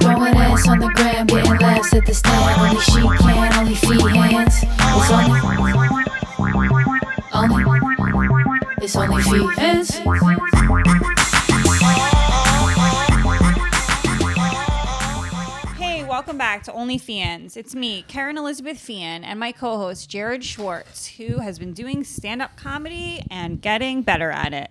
It's on the gram, getting laughs at the stand. Only she can, only feet hands. It's only, only, it's only feet hands. Hey, welcome back to Only Fians. It's me, Karen Elizabeth Fian, and my co host, Jared Schwartz, who has been doing stand up comedy and getting better at it.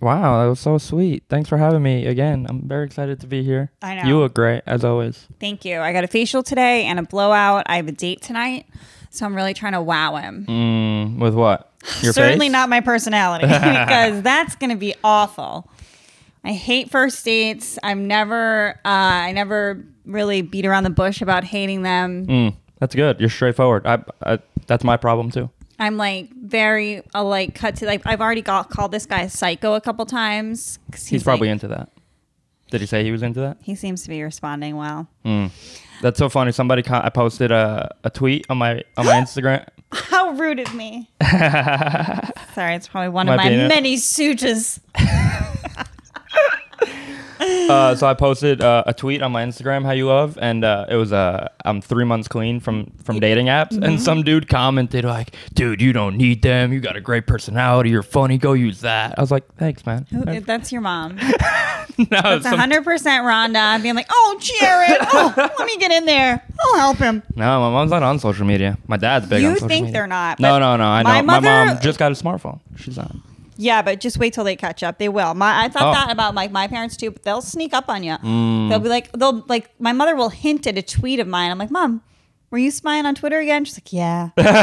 Wow, that was so sweet. Thanks for having me again. I'm very excited to be here. I know. You look great as always. Thank you. I got a facial today and a blowout. I have a date tonight, so I'm really trying to wow him. Mm, with what? Your Certainly face? not my personality, because that's going to be awful. I hate first dates. I'm never, uh, I never really beat around the bush about hating them. Mm, that's good. You're straightforward. I, I, that's my problem too. I'm like very uh, like cut to like I've already got called this guy psycho a couple times 'cause He's, probably like- into that. Did he say he was into that? he seems to be responding well. That's so funny. Somebody co- I posted a, a tweet on my on my Instagram. How rude of me! Sorry, it's probably one of Might my be in it. many sutures. Uh, so I posted uh, a tweet on my Instagram, "How you love," and uh, it was uh, I'm three months clean from from dating apps, Mm-hmm. and some dude commented like, "Dude, you don't need them. You got a great personality. You're funny. Go use that." I was like, "Thanks, man." If Oh, That's your mom. no, It's 100 percent Rhonda being like, "Oh, Jared, oh, let me get in there. I'll help him." No, my mom's not on social media. My dad's big You on social think media. they're not, No, but no, no. I my know. My mother- mom just got a smartphone. She's on. Yeah, but just wait till they catch up. They will. My, I thought Oh. Mm. that about like my parents too. But they'll sneak up on you. They'll be like, they'll like. My mother will hint at a tweet of mine. I'm like, Mom, were you spying on Twitter again? She's like, Yeah.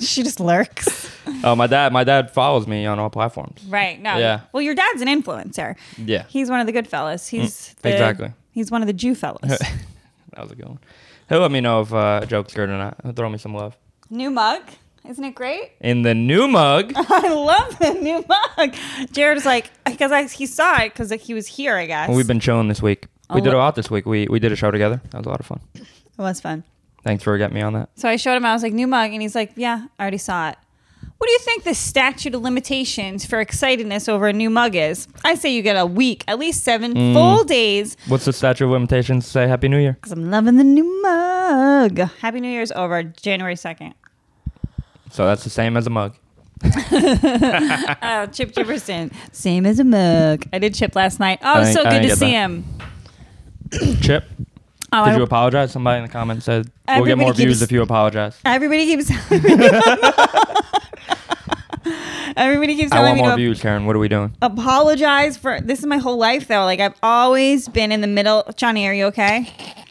she just lurks. Oh, my dad. My dad follows me on all platforms. Right. No. Yeah. Well, your dad's an influencer. Yeah. Mm. He's one of the good fellas. He's the, exactly. He's one of the Jew fellas. that was a good one. He'll let me know if uh, a joke's good or not. He'll throw me some love. new mug. Isn't it great? In the new mug, I love the new mug. Jared was like, because I he saw it because he was here, I guess. we've been chilling this week. We Oh, did a what- lot this week. We we did a show together. That was a lot of fun. it was fun. Thanks for getting me on that. So I showed him, I was like, new mug. And he's like, yeah, I already saw it. What do you think the statute of limitations for excitedness over a new mug is? I say you get a week, at least seven Mm. full days, What's the statute of limitations say? Happy New Year. because I'm loving the new mug. Happy New Year's over January 2nd. So that's the same as a mug. Oh, Chip Jefferson. Same as a mug. I did Chip last night. Oh, I so didn't- good I didn't to get see that. him. Chip, Oh, did I- you apologize? Somebody in the comments said we'll get Everybody more keeps- views if you apologize. everybody keeps Everybody keeps I telling want me more to views, Karen. What are we doing? apologize for this is my whole life though. Like I've always been in the middle. Johnny, are you okay?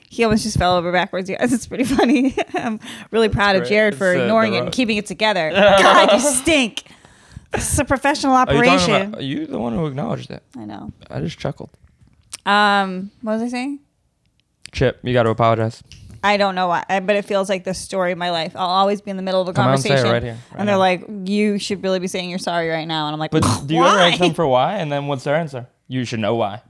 He almost just fell over backwards. You guys, it's pretty funny. I'm really proud of great. Jared for It's, uh, ignoring the it and road. keeping it together. God, you stink. This is a professional Are you talking operation. about? You the one who acknowledged it. I know. I just chuckled. Um, what was I saying? Chip, you got to apologize. I don't know why, I- but it feels like the story of my life. I'll always be in the middle of a Come out and say it conversation, right here, right and they're now. like, "You should really be saying you're sorry right now." And I'm like, But do you ever "Why?" ask them for why, and then what's their answer? You should know why.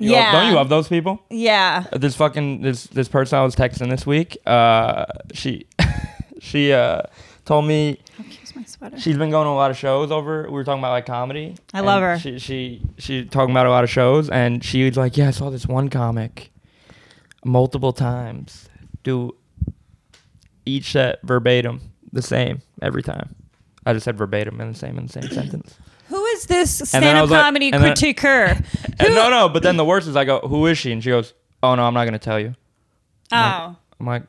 You Yeah. love- don't you love those people? yeah, This fucking this this person I was texting this week. Uh, she she uh told me here's my sweater. she's been going to a lot of shows over. We were talking about like comedy. I and love her. She she she talking about a lot of shows, and she was like, "Yeah, I saw this one comic multiple times do each set verbatim the same every time." I just said verbatim in the same in the same sentence. Who is this And then I stand-up was like- comedy and then- critiquer? And no, no. But then the worst is I go, "Who is she?" And she goes, "Oh no, I'm not gonna tell you." Oh, I'm like,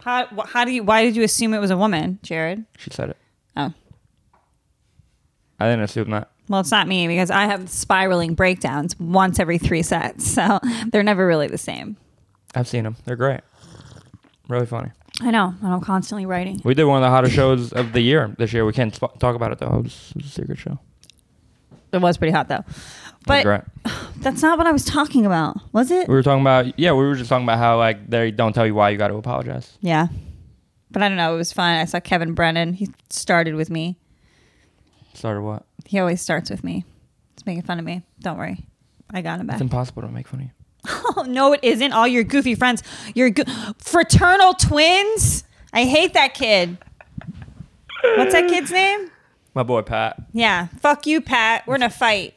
how wh- how do you why did you assume it was a woman, Jared? "She said it." Oh, I didn't assume that. well, it's not me because I have spiraling breakdowns once every three sets, so they're never really the same. I've seen them. They're great. Really funny. I know, and I'm constantly writing. We did one of the hottest shows of the year this year. We can't sp- talk about it though. It was, it was Oh, a secret show. It was pretty hot though, but Great. that's not what I was talking about, was it? We were talking about yeah, we were just talking about how like they don't tell you why you got to apologize. Yeah. But I don't know. It was fun. I saw Kevin Brennan. He started with me. Started what? He always starts with me. He's making fun of me. Don't worry. I got him back. It's impossible to make fun of you. Oh, no, it isn't. All your goofy friends. Your go- fraternal twins. I hate that kid. What's that kid's name? My boy Pat. Yeah. Fuck you, Pat. We're in a fight.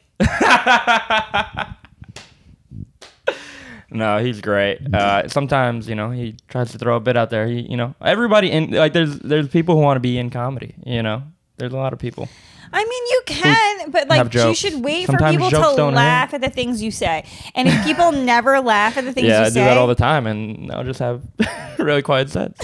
No, he's great. Uh, sometimes you know he tries to throw a bit out there. He, you know, everybody in like there's there's people who want to be in comedy. You know, there's a lot of people. I mean, you can, but like have you jokes. should wait Sometimes for people jokes to don't hurt. laugh at the things you say. And if people never laugh at the things yeah, you I do say, that all the time, and I'll just have really quiet sets.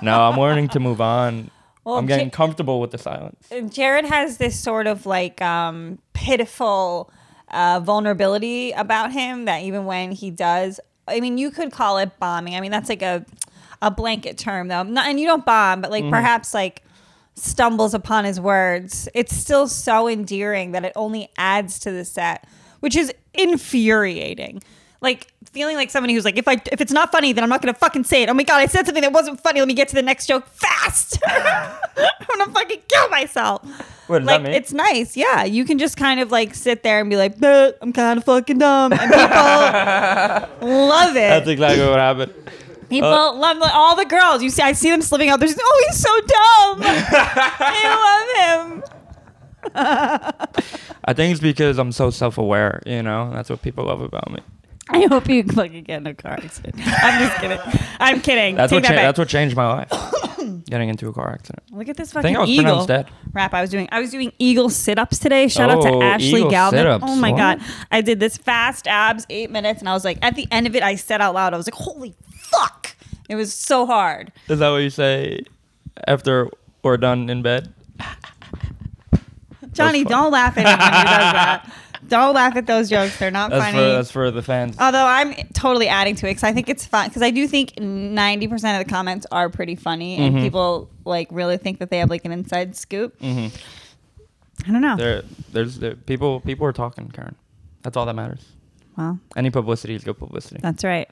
no, I'm learning to move on. Well, I'm getting Ja- comfortable with the silence. Jared has this sort of like um, pitiful uh, vulnerability about him that even when he does, I mean, you could call it bombing. I mean, that's like a a blanket term though. Not, and you don't bomb, but like perhaps like stumbles upon his words. It's still so endearing that it only adds to the set, which is infuriating. Like feeling like somebody who's like, if I if it's not funny, then I'm not gonna fucking say it. Oh my god, I said something that wasn't funny. Let me get to the next joke fast. I'm gonna fucking kill myself. What does like that mean? it's nice, yeah. You can just kind of like sit there and be like, "Bleh, I'm kind of fucking dumb, and people love it. That's uh, exactly what happened. People love all the girls. You see, I see them slipping out. They're just, oh, he's so dumb. I love him. I think it's because I'm so self-aware. You know, that's what people love about me. I hope you fucking get in a car accident. I'm just kidding. I'm kidding. That's Take what that cha- back. that's what changed my life. Getting into a car accident. Look at this I fucking think I was eagle pronounced dead. rap. I was doing. I was doing eagle sit ups today. Shout out Oh, to Ashley eagle Galvin. sit-ups. Oh my What? god, I did this fast abs eight minutes, and I was like, at the end of it, I said out loud, I was like, holy fuck, it was so hard. Is that what you say after we're done in bed? Johnny, fun. don't laugh at anyone who does that. Don't laugh at those jokes. They're not That's funny. for that's for the fans. Although I'm totally adding to it because I think it's fun because I do think 90% of the comments are pretty funny and Mm-hmm. people like really think that they have like an inside scoop. Mhm. I don't know. There, there's there, people. People are talking, Karen. That's all that matters. well, Any publicity is good publicity. that's right.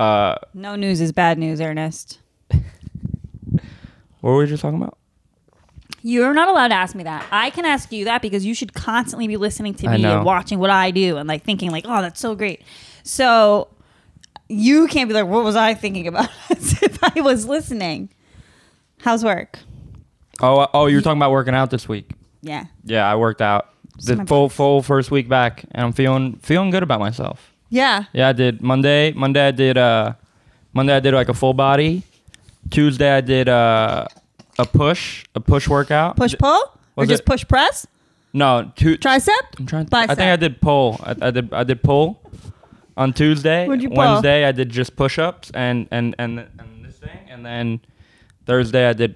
Uh, No news is bad news, Ernest. what were we just talking about? You're not allowed to ask me that. I can ask you that because you should constantly be listening to I me know. and watching what I do and like thinking like, oh, that's so great. So you can't be like, what was I thinking about as if I was listening? How's work? Oh, uh, oh, you were talking about working out this week. Yeah. Yeah, I worked out the my full full first week back, and I'm feeling feeling good about myself. Yeah. Yeah, I did Monday. Monday I did uh, Monday I did like a full body. Tuesday I did uh, a push, a push workout. Push pull? Or Was just it- push press? No, two, Tricep? I'm trying. To, I Bicep. think I did pull. I, I did. I did pull on Tuesday. What'd you pull? Wednesday I did just push-ups and and and and this thing, and then Thursday I did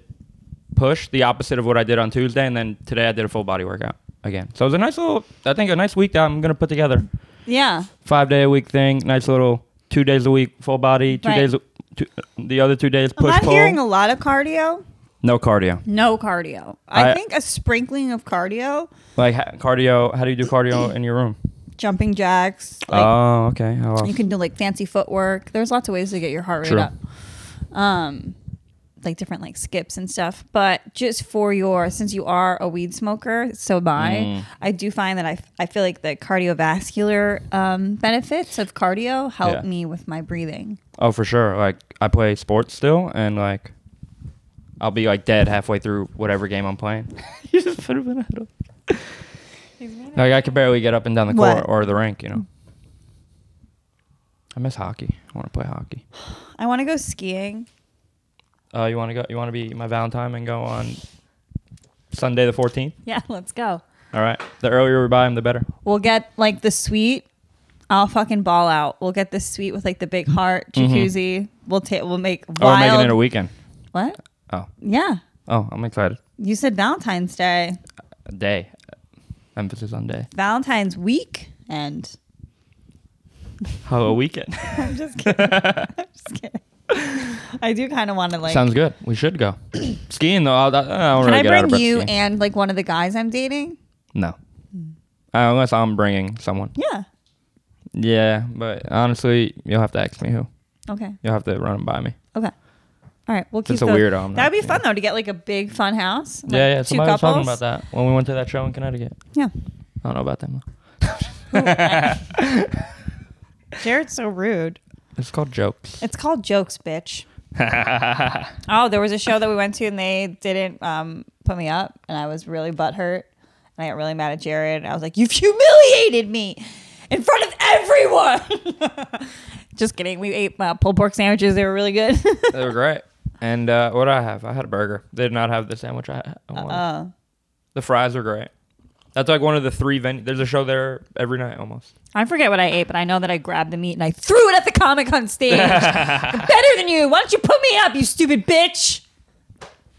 push, the opposite of what I did on Tuesday, and then today I did a full body workout again. So it was a nice little. I think a nice week that I'm gonna put together. Yeah. Five day a week thing. Nice little two days a week full body. Two Right. days. a- Two, the other two days push I'm not pull. hearing a lot of cardio. no cardio. No cardio. I, I- think a sprinkling of cardio, Like ha- cardio. How do you do cardio in your room? jumping jacks. Like oh, okay. How else? you can do like fancy footwork. There's lots of ways to get your heart rate True. up. Um like different like skips and stuff, but just for your since you are a weed smoker, so am I. Mm. I do find that I, I feel like the cardiovascular um, benefits of cardio help Yeah. me with my breathing. Oh, for sure. Like I play sports still, and like I'll be like dead halfway through whatever game I'm playing. you just put him in a huddle. Like I could barely get up and down the What? court or the rink, you know. I miss hockey. I want to play hockey. I want to go skiing. Uh, you want to go? You want to be my Valentine and go on Sunday the 14th? Yeah, let's go. All right. The earlier we buy him, the better. We'll get like the suite. I'll fucking ball out. We'll get the suite with like the big heart jacuzzi. We'll take. We'll make wild. Mm-hmm. Oh, we're making it a weekend. What? Oh, Yeah, oh, I'm excited. you said Valentine's Day, A day. Emphasis on day. Valentine's week, and How Oh, a weekend? I'm just kidding. I'm just kidding. I do kind of want to like. Sounds good. We should go skiing though. I'll, I don't can really I get out bring of breath you Hmm. skiing. and like one of the guys I'm dating? No. Uh, unless I'm bringing someone. Yeah. Yeah, but honestly, you'll have to ask me who. Okay. You'll have to run and buy me. Okay. All right. We'll keep. It's a those. weirdo, I'm That'd not- be fun though to get like a big fun house. like, yeah, yeah. two Somebody was talking couples. about that when we went to that show in Connecticut. Yeah. I don't know about that one. Jared's so rude. It's called jokes. It's called jokes, bitch. oh, there was a show that we went to and they didn't um, put me up, and I was really butthurt, and I got really mad at Jared. And I was like, "You've humiliated me," in front of everyone. Just kidding. We ate uh, pulled pork sandwiches. They were really good. They were great. And uh, what did I have? I had a burger. They did not have the sandwich I had. I wanted. uh, The fries are great. That's like one of the three venues. There's a show there every night almost. I forget what I ate, but I know that I grabbed the meat and I threw it at the Comic Con stage. I'm better than you. Why don't you put me up, you stupid bitch?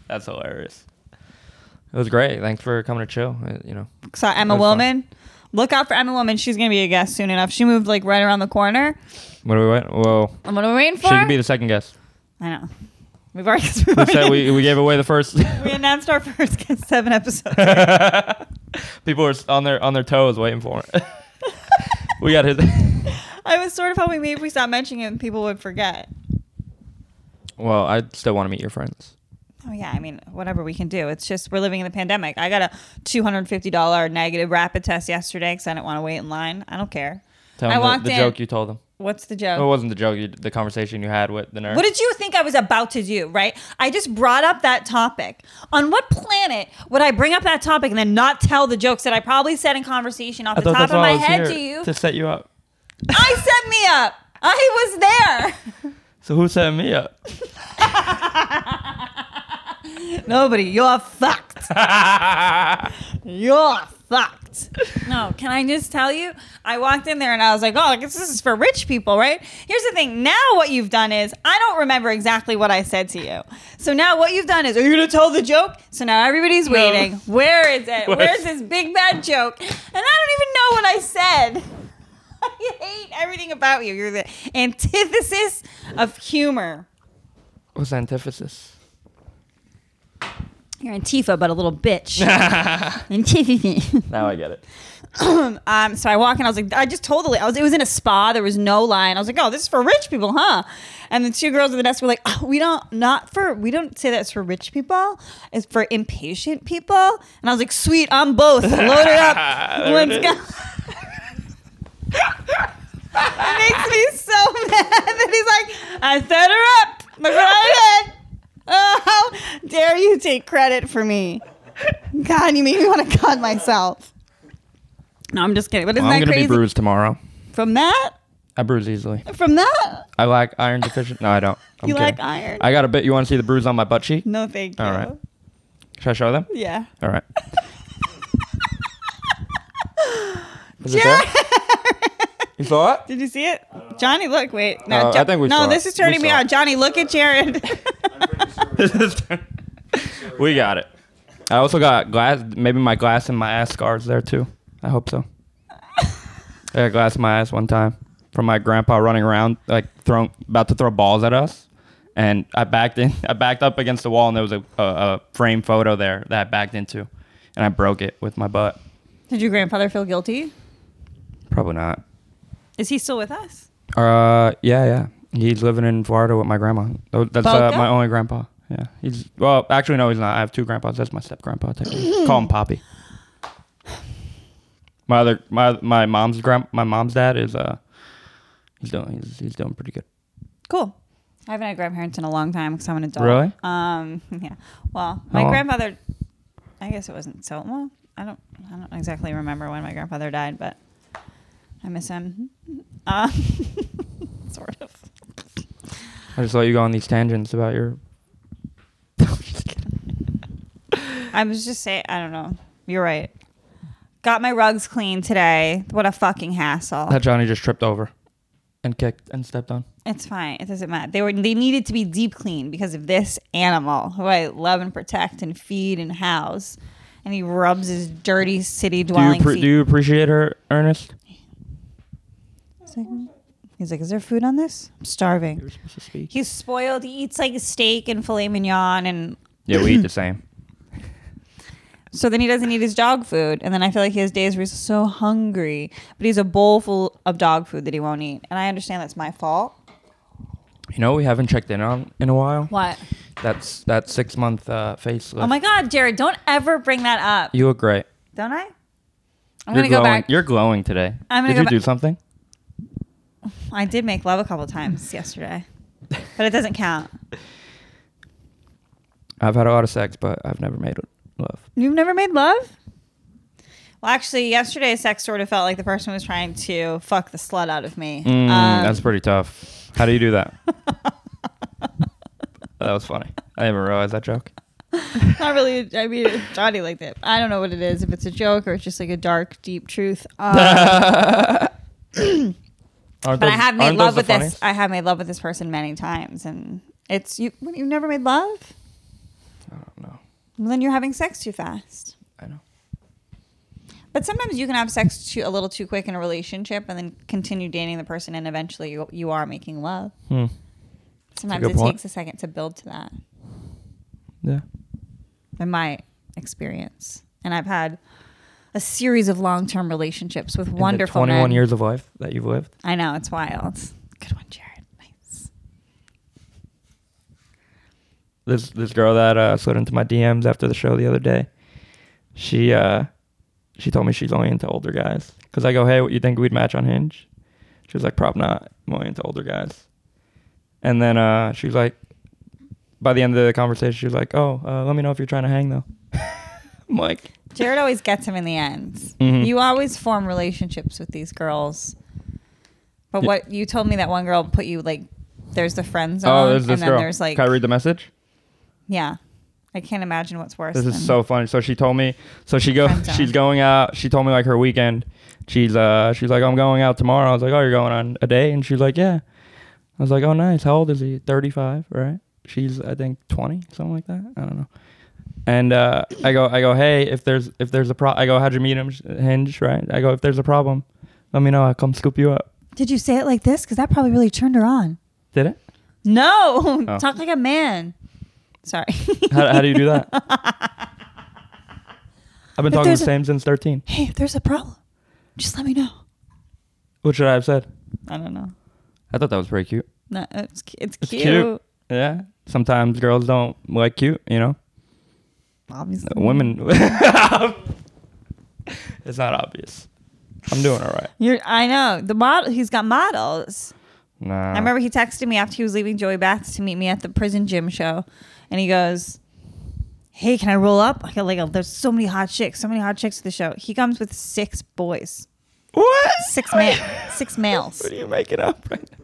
That's hilarious. It was great. Thanks for coming to chill. Uh, you know, So Emma That's fun. Willman. Look out for Emma Willman. She's gonna be a guest soon enough. She moved like right around the corner. what do we wait? Whoa, I'm gonna waiting she for. could be the second guest. I know. We've already, we've We said already- we, we gave away the first. we announced our first guest seven episodes. People were s- on their on their toes waiting for it. we got his. I was sort of hoping maybe if we stopped mentioning it, people would forget. well, I still want to meet your friends. Oh yeah, I mean whatever we can do. It's just we're living in the pandemic. I got a two hundred fifty dollar negative rapid test yesterday because I didn't want to wait in line. I don't care. Tell I them walked the, the in. joke you told them. What's the Oh, Well, it joke? wasn't the joke. You, the conversation you had with the nerd. What did you think I was about to do? Right? I just brought up that topic. On what planet would I bring up that topic and then not tell the jokes that I probably said in conversation off I the thought top that's of why my I was head here to you? to set you up. I set me up. I was So who set me up? there. Nobody, you're fucked. You're fucked. No, can I just tell you? I walked in there and I was like, oh, I guess this is for rich people, right? Here's the thing. Now what you've done is I don't remember exactly what I said to you. So now what you've done is, are you gonna tell the joke? So now everybody's waiting. Where is it? What? Where's this big bad joke? And I don't even know what I said. I hate everything about you. You're the antithesis of humor. What's antithesis? You're Antifa, but a little bitch. Antifa. Now I get it. Um, so I walk in, I was like, I just told the lady, I was, it was in a spa, there was no line. I was like, oh, this is for rich people, huh? And the two girls at the desk were like, oh, we don't, not for, we don't say that's for rich people, it's for impatient people. And I was like, sweet, I'm both. Load it up. There Let's it go. is. It makes me so mad that he's like, I set her up. Look what I did. Oh, how dare you take credit for me? God, you make me want to cut myself. No, I'm just kidding. But isn't I'm that gonna crazy? be bruised tomorrow. From that? I bruise easily. From that? I lack iron deficient. No, I don't. I'm You kidding. lack iron? I got a bit. You want to see the bruise on my butt cheek? No, thank you. All right. Should I show them? Yeah. All right. Is it there? You saw it? Did you see it? Johnny, look, wait. No, Uh, Jo- I think we no saw this it. is turning We me saw out. it. Johnny, look at Jared. we got it. I also got glass. Maybe my glass and my ass scars there too. I hope so. I got glass in my ass one time from my grandpa running around like throwing about to throw balls at us, and I backed in. I backed up against the wall, and there was a, a, a frame photo there that I backed into, and I broke it with my butt. Did your grandfather feel guilty? Probably not. Is he still with us? Uh, yeah, yeah. He's living in Florida with my grandma. Tho- That's uh, Boca? my only grandpa. Yeah, he's well. Actually, no, he's not. I have two grandpas. That's my step grandpa. Call him Poppy. My other, my my mom's grand, my mom's dad is uh, he's doing he's, he's doing pretty good. Cool. I haven't had grandparents in a long time because I'm an adult. Really? Um, yeah. Well, my How long? grandfather, I guess it wasn't so long. I don't, I don't exactly remember when my grandfather died, but I miss him. Um, sort of. I just let you go on these tangents about your. I was just saying, I don't know. You're right. Got my rugs clean today. What a fucking hassle. That Johnny just tripped over, and kicked and stepped on. It's fine. It doesn't matter. They were they needed to be deep clean because of this animal who I love and protect and feed and house, and he rubs his dirty city Do you dwelling pre- feet. do you appreciate her, Ernest? He's like- He's like, "Is there food on this? I'm starving." You're supposed to speak. He's spoiled. He eats like steak and filet mignon, and Yeah, we eat the same. so then he doesn't eat his dog food. And then I feel like he has days where he's so hungry, but he's a bowl full of dog food that he won't eat. And I understand that's my fault. You know, we haven't checked in on in a while. What? That's that six month uh, facelift. Oh my God, Jared! Don't ever bring that up. You look great. Don't I? I'm You're gonna glowing. go back. You're glowing today. I'm gonna Did go you ba- do something? I did make love a couple Hmm. times yesterday, but it doesn't count. I've had a lot of sex, but I've never made love. You've never made love? Well, actually, yesterday's sex sort of felt like the person was trying to fuck the slut out of me. Mm, um, that's pretty tough. How do you do that? that was funny. I didn't even realize that joke. not really. I mean, Johnny like that. I don't know what it is. If it's a joke or it's just like a dark, deep truth. Um, Aren't but I those- have made aren't those love the with this. funniest? I have made love with this person many times, and it's you. what, You've never made love. I don't know. Well, then you're having sex too fast. I know. But sometimes you can have sex too, a little too quick in a relationship, and then continue dating the person, and eventually you, you are making love. Hmm. Sometimes good it point. takes a second to build to that. Yeah. in my experience. And I've had a series of long term relationships with In wonderful The 21 men. years of life that you've lived. I know, it's wild. Good one, Jared. Nice. This this girl that uh, slid into my DMs after the show the other day. She uh, she told me she's only into older guys. Cause I go, hey, what you think we'd match on Hinge? She was like, prob not. I'm only into older guys. And then uh, she was like, by the end of the conversation, she was like, oh, uh, let me know if you're trying to hang though. I'm like, Jared always gets him in the end. Mhm. You always form relationships with these girls. But Yeah. what you told me that one girl put you like there's the friend zone oh, there's and this then girl. there's like Can I read the message? Yeah. I can't imagine what's worse. This than, is so funny. So she told me. So she go. Friend zone. She's going out. She told me like her weekend. She's uh. She's like, I'm going out tomorrow. I was like, Oh, you're going on a day? And she's like, Yeah. I was like, Oh, nice. How old is he? 35, right? She's I think 20, something like that. I don't know. And uh, I go, I go, Hey, if there's if there's a pro, I go, How'd you meet him? Sh- Hinge, right? I go, If there's a problem, let me know. I come scoop you up. Did you say it like this? Because that probably really turned her on. Did it? No. Oh. Talk like a man. Sorry. How, how do you do that? I've been If talking the there's a- same since 13. hey, if there's a problem, just let me know. What should I have said? I don't know. I thought that was pretty cute. No, it's cu- it's It's cute. cute. Yeah. Sometimes girls don't like cute, you know? Obviously, Women. Mm. it's not obvious. I'm doing all right. You're. I know the model. He's got models. Nah. I remember he texted me after he was leaving Joey Baths to meet me at the prison gym show, and he goes, "Hey, can I roll up? I got like a, there's so many hot chicks, so many hot chicks at the show. He comes with six boys, What? six Wait, ma- six males. What are you making up right now?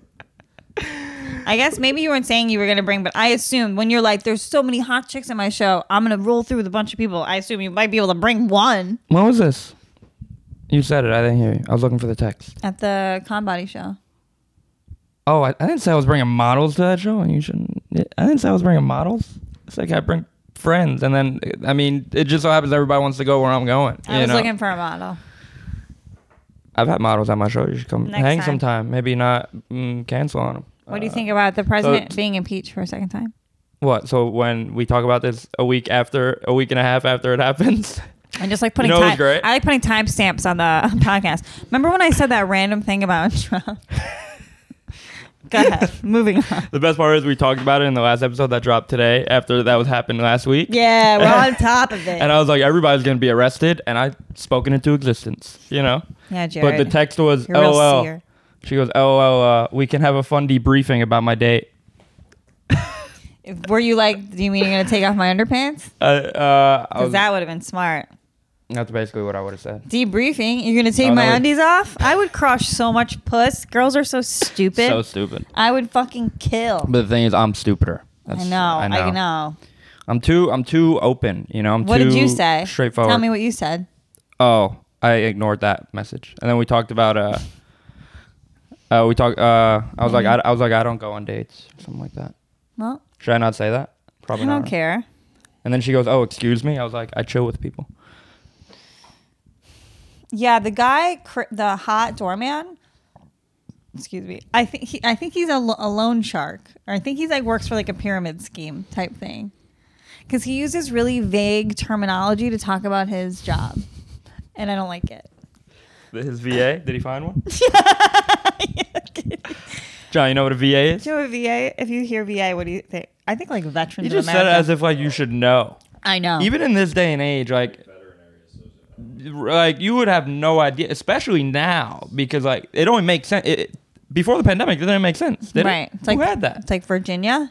I guess maybe you weren't saying you were gonna bring, but I assumed when you're like, there's so many hot chicks at my show, I'm gonna roll through with a bunch of people. I assume you might be able to bring one When was this? You said it. I didn't hear you. I was looking for the text. at the Con Body show. Oh, I, I didn't say I was bringing models to that show. And you shouldn't. I didn't say I was bringing models. It's like I bring friends. And then, I mean, it just so happens everybody wants to go where I'm going. I you was know? looking for a model. I've had models at my show. You should come Next hang time. sometime. Maybe not mm, cancel on them. What do you think about the president t- being impeached for a second time? What? So when we talk about this a week after, a week and a half after it happens, And just like putting know it was time, great. I like putting timestamps on the podcast. Remember when I said that random thing about Trump? Go ahead. Moving on. the best part is we talked about it in the last episode that dropped today after that was happened last week. Yeah, we're on top of it. And uh, I was like, everybody's gonna be arrested, and I spoken into existence, you know. yeah, Jared. But the text was, You're a real "LOL." seer. She goes, "LOL, uh, we can have a fun debriefing about my date." If- Were you like, do you mean you're gonna take off my underpants? Uh, uh, I Because was, that would have been smart. that's basically what I would have said. Debriefing. You're gonna take Oh, no, my wait. undies off? I would crush so much puss. Girls are so stupid. So stupid. I would fucking kill. But the thing is, I'm stupider. I That's- know. I know. I know. I'm too. I'm too open. You know. I'm What too did you say? Straightforward. Tell me what you said. Oh, I ignored that message, and then we talked about uh, uh we talked. Uh, I was like, Mm-hmm. I, I was like, I don't go on dates, or something like that. Well, Should I not say that? Probably I not. don't care. And then she goes, Oh, excuse me. I was like, I chill with people. Yeah, the guy, cr- the hot doorman. Excuse me. I think he, I think he's a, lo- a loan shark, or I think he's like works for like a pyramid scheme type thing, because he uses really vague terminology to talk about his job, and I don't like it. His VA? Did he find one? John, you know what a VA is? Do you know a VA? If you hear VA, what do you think? I think like veterans. You of just said America. it as if like you should know. I know. Even in this day and age, like. Like you would have no idea, especially now, because like it only makes sense. It, it- before the pandemic, it didn't make sense. Did right. It? It's like Who had that? It's like Virginia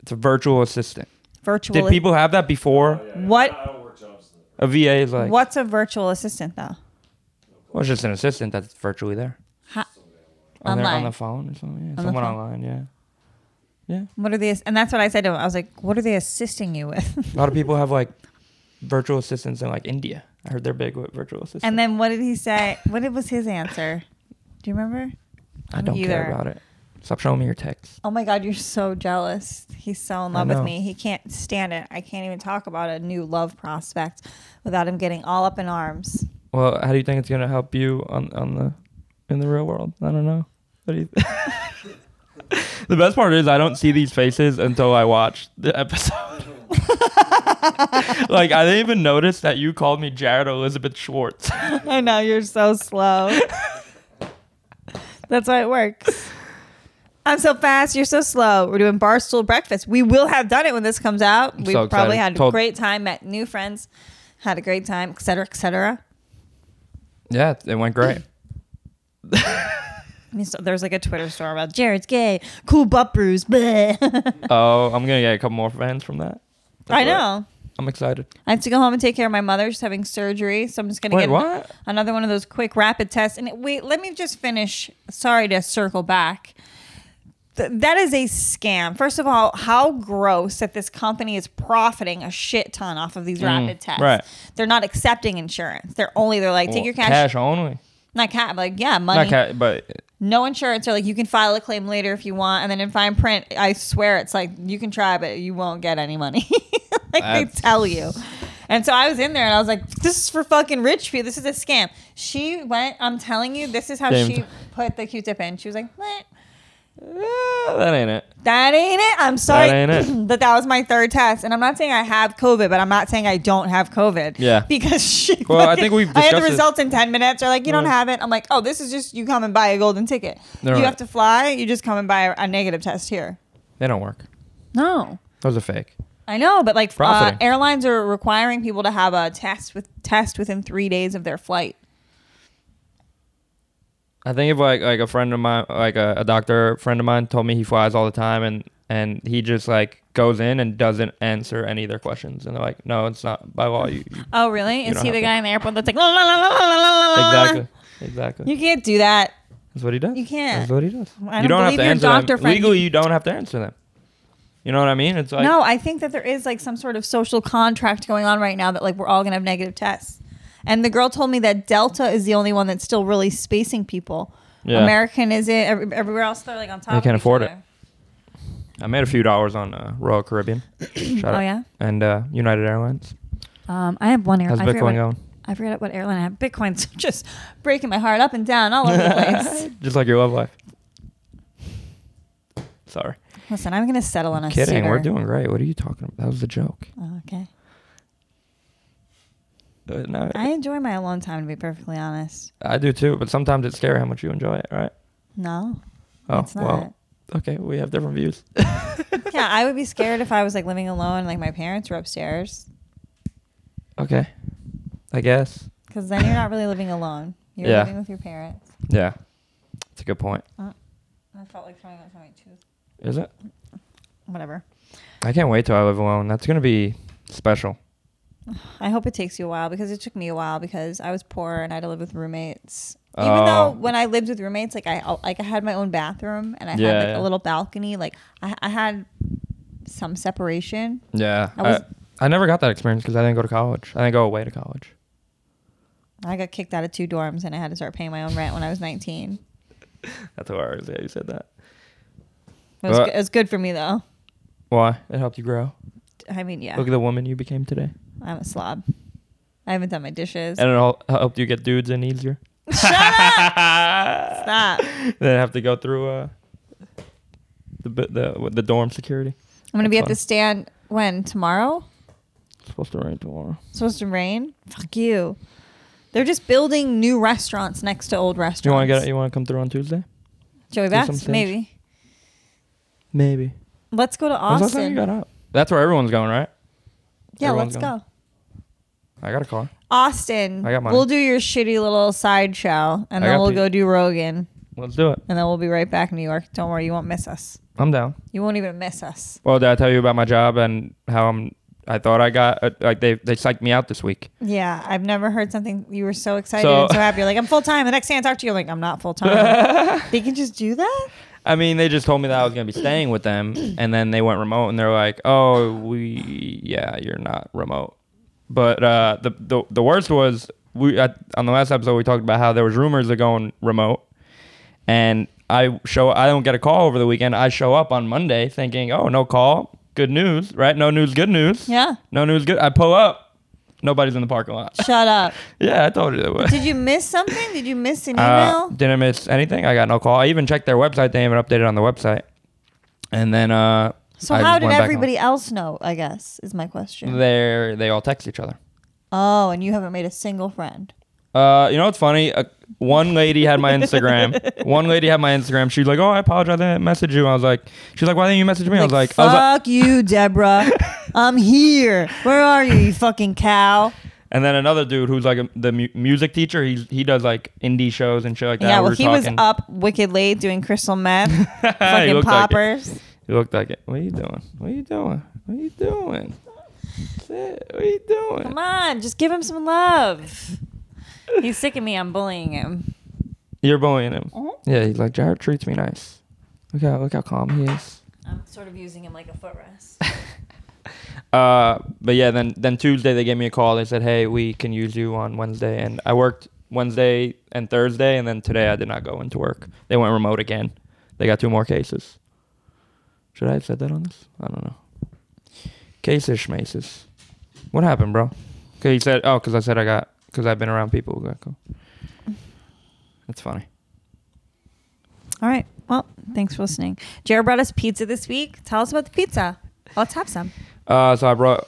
It's a virtual assistant. virtual. Did people have that before? What? I don't work jobs. A VA is like, What's a virtual assistant though? well, it's just an assistant that's virtually there. Ha- On, their- on Online. the phone or something. Yeah, the someone phone. online, yeah. Yeah. What are they? And that's what I said to him. I was like, "What are they assisting you with?" A lot of people have like virtual assistants in like India. I heard they're big with virtual assistants. and then what did he say? What was his answer? Do you remember? I don't either. care about it. Stop showing me your text. Oh my God, you're so jealous. He's so in I love with know. me. He can't stand it. I can't even talk about a new love prospect without him getting all up in arms. Well, how do you think it's gonna help you on on the in the real world? I don't know. What do you? the best part is I don't see these faces until I watch the episode. like I didn't even notice that you called me Jared Elizabeth Schwartz. I know, you're so slow. That's why it works. I'm so fast, you're so slow. We're doing barstool breakfast. We will have done it when this comes out. we so probably excited. had a Told- great time, met new friends, had a great time, et cetera, et cetera. yeah, it went great. I mean, so there's like a Twitter storm about Jared's gay, cool butt bruise. bleh." Oh, I'm gonna get a couple more fans from that. I That's what- know. I'm excited. I have to go home and take care of my mother. She's having surgery, so I'm just gonna Wait, get what? another one of those quick rapid tests. And it- wait, let me just finish. Sorry to circle back. Th- that is a scam. First of all, how gross that this company is profiting a shit ton off of these rapid tests. Mm, right. They're not accepting insurance. They're only they're like take Well, your cash, cash only. not cash, like yeah, money, Not cash, but no insurance. Or like you can file a claim later if you want, and then in fine print, I swear it's like you can try, but you won't get any money. like they That's- tell you. And so I was in there and I was like, this is for fucking rich people. This is a scam. She went, I'm telling you, this is how Same she time. put the Q tip in. She was like, "Meh, eh, that ain't it. that ain't it. I'm sorry. ain't it. but that was my third test. And I'm not saying I have COVID, but I'm not saying I don't have COVID. Yeah. Because she. Well, I fucking- think we've I had the discussed it. results in 10 minutes. They're like, you don't Right. have it. I'm like, oh, this is just you come and buy a golden ticket. They're you right. have to fly. You just come and buy a, a negative test here. They don't work. No. Those are fake. I know, but like uh, Profiting. airlines are requiring people to have a test with test within three days of their flight. I think if like like a friend of mine, like a, a doctor friend of mine, told me he flies all the time, and and he just like goes in and doesn't answer any of their questions, and they're like, no, it's not by law. You, you- Oh, really? You Is don't he have the to. guy in the airport that's like, la, la, la, la, la, la, la, la. exactly, exactly. Uh, You can't do that. That's what he does. you can't. That's what he does. I you don't don't have believe to your answer them. doctor friend- legally. You don't have to answer them. You know what I mean? It's like no, I think that there is like some sort of social contract going on right now that like we're all gonna have negative tests. And the girl told me that Delta is the only one that's still really spacing people. Yeah. American is it? Every, everywhere else they're like on top. They can't of each afford it. other. I made a few dollars on uh, Royal Caribbean. Shout Oh, out. yeah? And uh, United Airlines. Um, I have one airline. How's Bitcoin going? I forget what airline I have. Bitcoin's just breaking my heart up and down all over the place. Just like your love life. Sorry. Listen, I'm gonna settle on a Kidding. sitter. We're doing great. What are you talking about? That was the joke. Oh, okay. Uh, no, I enjoy my alone time, to be perfectly honest. I do too, but sometimes it's scary how much you enjoy it, right? No, Oh, it's not. well, okay, we have different views. yeah, I would be scared if I was like living alone, like my parents were upstairs, Okay, I guess. because then you're not really living alone. You're Yeah. living with your parents. Yeah, it's a good point. I felt like throwing up my tooth. Is it? Whatever. I can't wait till I live alone. That's gonna be special. I hope it takes you a while because it took me a while because I was poor and I had to live with roommates. Even Oh. though when I lived with roommates, like I like I had my own bathroom and I had Yeah, like yeah. a little balcony, like I, I had some separation. Yeah, I was- I, I never got that experience because I didn't go to college. I didn't go away to college. I got kicked out of two dorms and I had to start paying my own rent when I was 19. That's hilarious. Yeah, you said that. It was, Uh, good, it was good for me though. Why? It helped you grow. I mean, yeah, Look at the woman you became today, I'm a slob. I haven't done my dishes. and it all helped you get dudes in easier. Shut up! Stop. Then have to go through uh, the bi- the the dorm security. I'm gonna be That's at the fine. stand when tomorrow. It's supposed to rain tomorrow. It's supposed to rain. Fuck you. They're just building new restaurants next to old restaurants. Do you want to get? You want to come through on Tuesday? Joey do some Bats? things? Maybe. Maybe. Let's go to When's the last time you Austin. got out? That's where everyone's going, right? Yeah, Everyone's let's going. go. I got a car. Austin. I got mine. We'll do your shitty little sideshow, and I then got we'll pe- go do Rogan, Let's do it. and then we'll be right back in New York. Don't worry, you won't miss us. I'm down. You won't even miss us. Well, did I tell you about my job and how I'm I thought I got uh, like they they psyched me out this week. Yeah, I've never heard something. You were so excited So- and so happy. You're like, I'm full time. The next day I talk to you, you're like, I'm not full time. they can just do that? I mean, they just told me that I was gonna be staying with them, and then they went remote, and they're like, "Oh, we, yeah, you're not remote." But uh, the, the the worst was we I, on the last episode we talked about how there was rumors of going remote, and I show I don't get a call over the weekend. I show up on Monday thinking, "Oh, no call, good news, right? No news, good news. Yeah. no news, good." I pull up, nobody's in the parking lot. Shut up. yeah, I told you that. was. Did you miss something? Did you miss an Uh, email? didn't miss anything. I got no call. I even checked their website. They haven't updated on the website. And then, uh, so I just how did went back everybody else know? I guess is my question. on- They're they all text each other. oh, and you haven't made a single friend. Uh, you know what's funny? Uh, one lady had my Instagram. one lady had my Instagram. She's like, "Oh, I apologize. I didn't message you." I was like, "She's like, why didn't you message me?" I was like, fuck I was like you, Deborah. I'm here. Where are you, you fucking cow? and then another dude who's like a, the mu- music teacher. He he does like indie shows and shit like that. yeah, well, We were he was talking. up wicked late doing crystal meth, He fucking looked like it. poppers. He looked like it. What are you doing? What are you doing? What are you doing? Sit. What are you doing? Come on, just give him some love. He's sick of me. I'm bullying him. You're bullying him. Mhm. Yeah, he's like Jared treats me nice. Look how look how calm he is. I'm sort of using him like a footrest. Uh, but yeah, then then Tuesday they gave me a call. They said, hey, we can use you on Wednesday, and I worked Wednesday and Thursday, and then today I did not go into work. They went remote again. They got two more cases. Should I have said that on this? I don't know. Cases, schmaces. What happened, bro? Cause he said, oh, cause I said I got, cause I've been around people who got co- That's funny. All right. Well, thanks for listening. Jared brought us pizza this week. Tell us about the pizza. Let's have some. Uh, so I brought.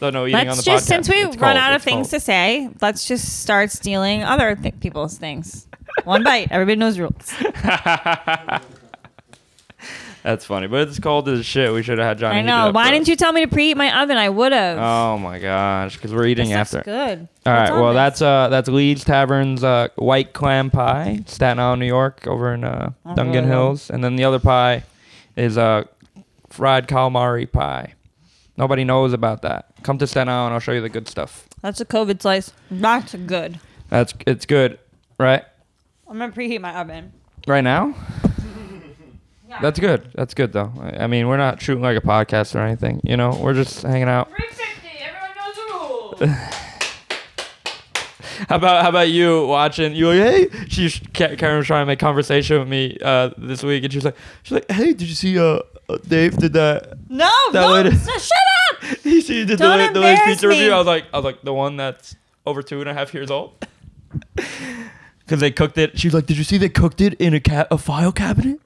so Oh, no eating on Let's the just, podcast. since we It's run cold. out of It's things to cold. say, let's just start stealing other th- people's things. One bite. Everybody knows rules. That's funny, but it's cold as shit. We should have had Johnny. I know. Why didn't you tell me to preheat my oven? I would have. Oh my gosh, because we're eating this looks after. good. All What's right, on well this? that's uh that's Leeds Tavern's uh, white clam pie, Staten Island, New York, over in uh, I Duncan really don't- Hills, and then the other pie is uh fried calamari pie. Nobody knows about that. Come to Staten Island, I'll show you the good stuff. that's a COVID slice. That's good. That's it's good, right? I'm gonna preheat my oven. Right now? Yeah. That's good. That's good though. I I mean, we're not shooting like a podcast or anything. You know, we're just hanging out. 350. Everyone knows the rules. How about how about you watching? You like, hey, she's Ka- Karen was trying to make conversation with me uh, this week, and she was like, she's like, hey, did you see uh uh, Dave did that? No, That don't. would- s- shut up. He she did the, Don't la- the latest embarrass pizza me. review. I was like, I was like the one that's over two and a half years old. Because they cooked it. She was like, did you see they cooked it in a ca- a file cabinet?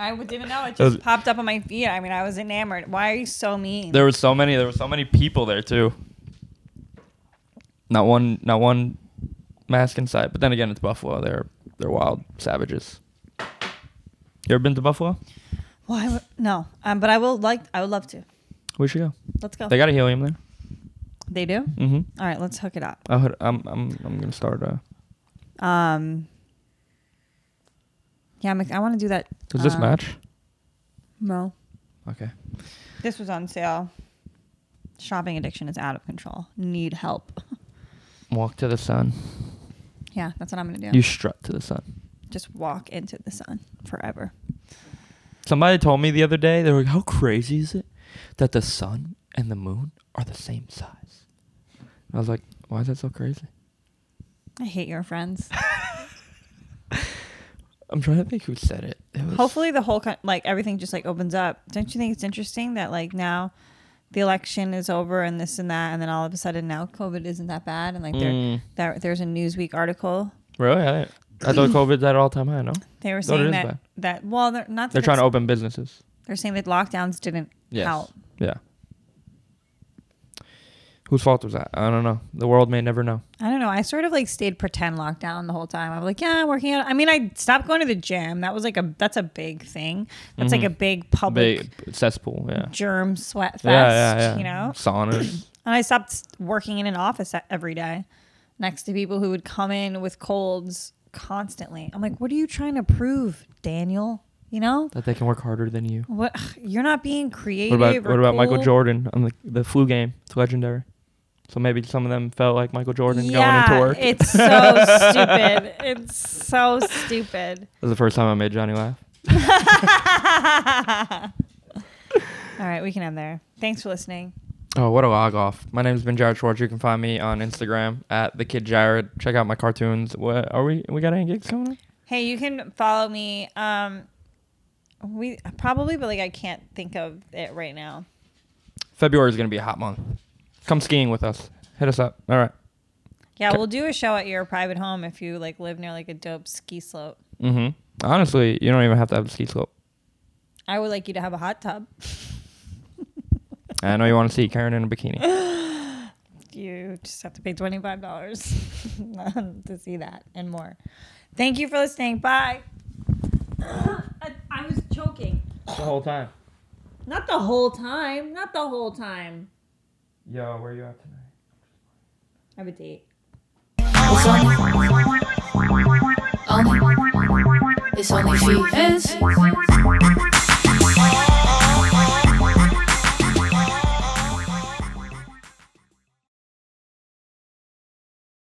I w- didn't know. It That was- just popped up on my feed. I mean, I was enamored. Why are you so mean? There was so many. There were so many people there too. Not one. Not one mask inside. But then again, it's Buffalo. They're they're wild savages. You ever been to Buffalo? Why? would- No. Um, but I will like. I would love to. We should go. Let's go. They got a helium there. They do. Mm-hmm. All right. Let's hook it up. I'll, hit- I'm I'm I'm gonna start. Uh, Um. Yeah, I'm, I want to do that. does this um, match? No. Okay. This was on sale. Shopping addiction is out of control. Need help. Walk to the sun. yeah, that's what I'm gonna do. You strut to the sun. Just walk into the sun forever. Somebody told me the other day. They were like, "How crazy is it that the sun and the moon are the same size?" I was like, "Why is that so crazy?" I hate your friends. I'm trying to think who said it. it was, Hopefully, the whole co- like everything just like opens up. Don't you think it's interesting that like now the election is over and this and that, and then all of a sudden now COVID isn't that bad, and like there, Mm. there there's a Newsweek article Really? I, I thought COVID's at all time high. No, they were it saying is that bad. that well they're not that they're trying to it's- open businesses. they're saying that lockdowns didn't help. Yeah. Whose fault was that? I don't know. The world may never know. I don't know. I sort of like stayed pretend lockdown the whole time. I was like, yeah, I'm working out. I mean, I stopped going to the gym. That was like a that's a big thing. That's like a big public Mm-hmm. Big cesspool. Yeah. germ sweat fest. yeah, yeah, yeah. You know, saunas. And I stopped s- working in an office e- every day next to people who would come in with colds constantly. I'm like, what are you trying to prove, Daniel? You know, That they can work harder than you. what you're not being What creative. about or what about Michael cool. Jordan on the the flu game? It's legendary. So maybe some of them felt like Michael Jordan yeah, going into work. it's so stupid. It's so stupid. That was the first time I made Johnny laugh. All right, we can end there. Thanks for listening. Oh, what a log off. My name's been Jared Schwartz. You can find me on Instagram at the kid Jared. Check out my cartoons. What are we we got any gigs coming up? Hey, you can follow me. Um, we probably, but like I can't think of it right now. February is gonna be a hot month. Come skiing with us. Hit us up. All right. Yeah, Okay. we'll do a show at your private home if you like live near like a dope ski slope. Mm-hmm. Honestly, you don't even have to have a ski slope. I would like you to have a hot tub. I know you want to see Karen in a bikini. You just have to pay twenty five dollars to see that and more. Thank you for listening. Bye. I- I was choking. the whole time. Not the whole time. Not the whole time. Yo, where you at tonight? I have a date. It's only, only, it's only she is.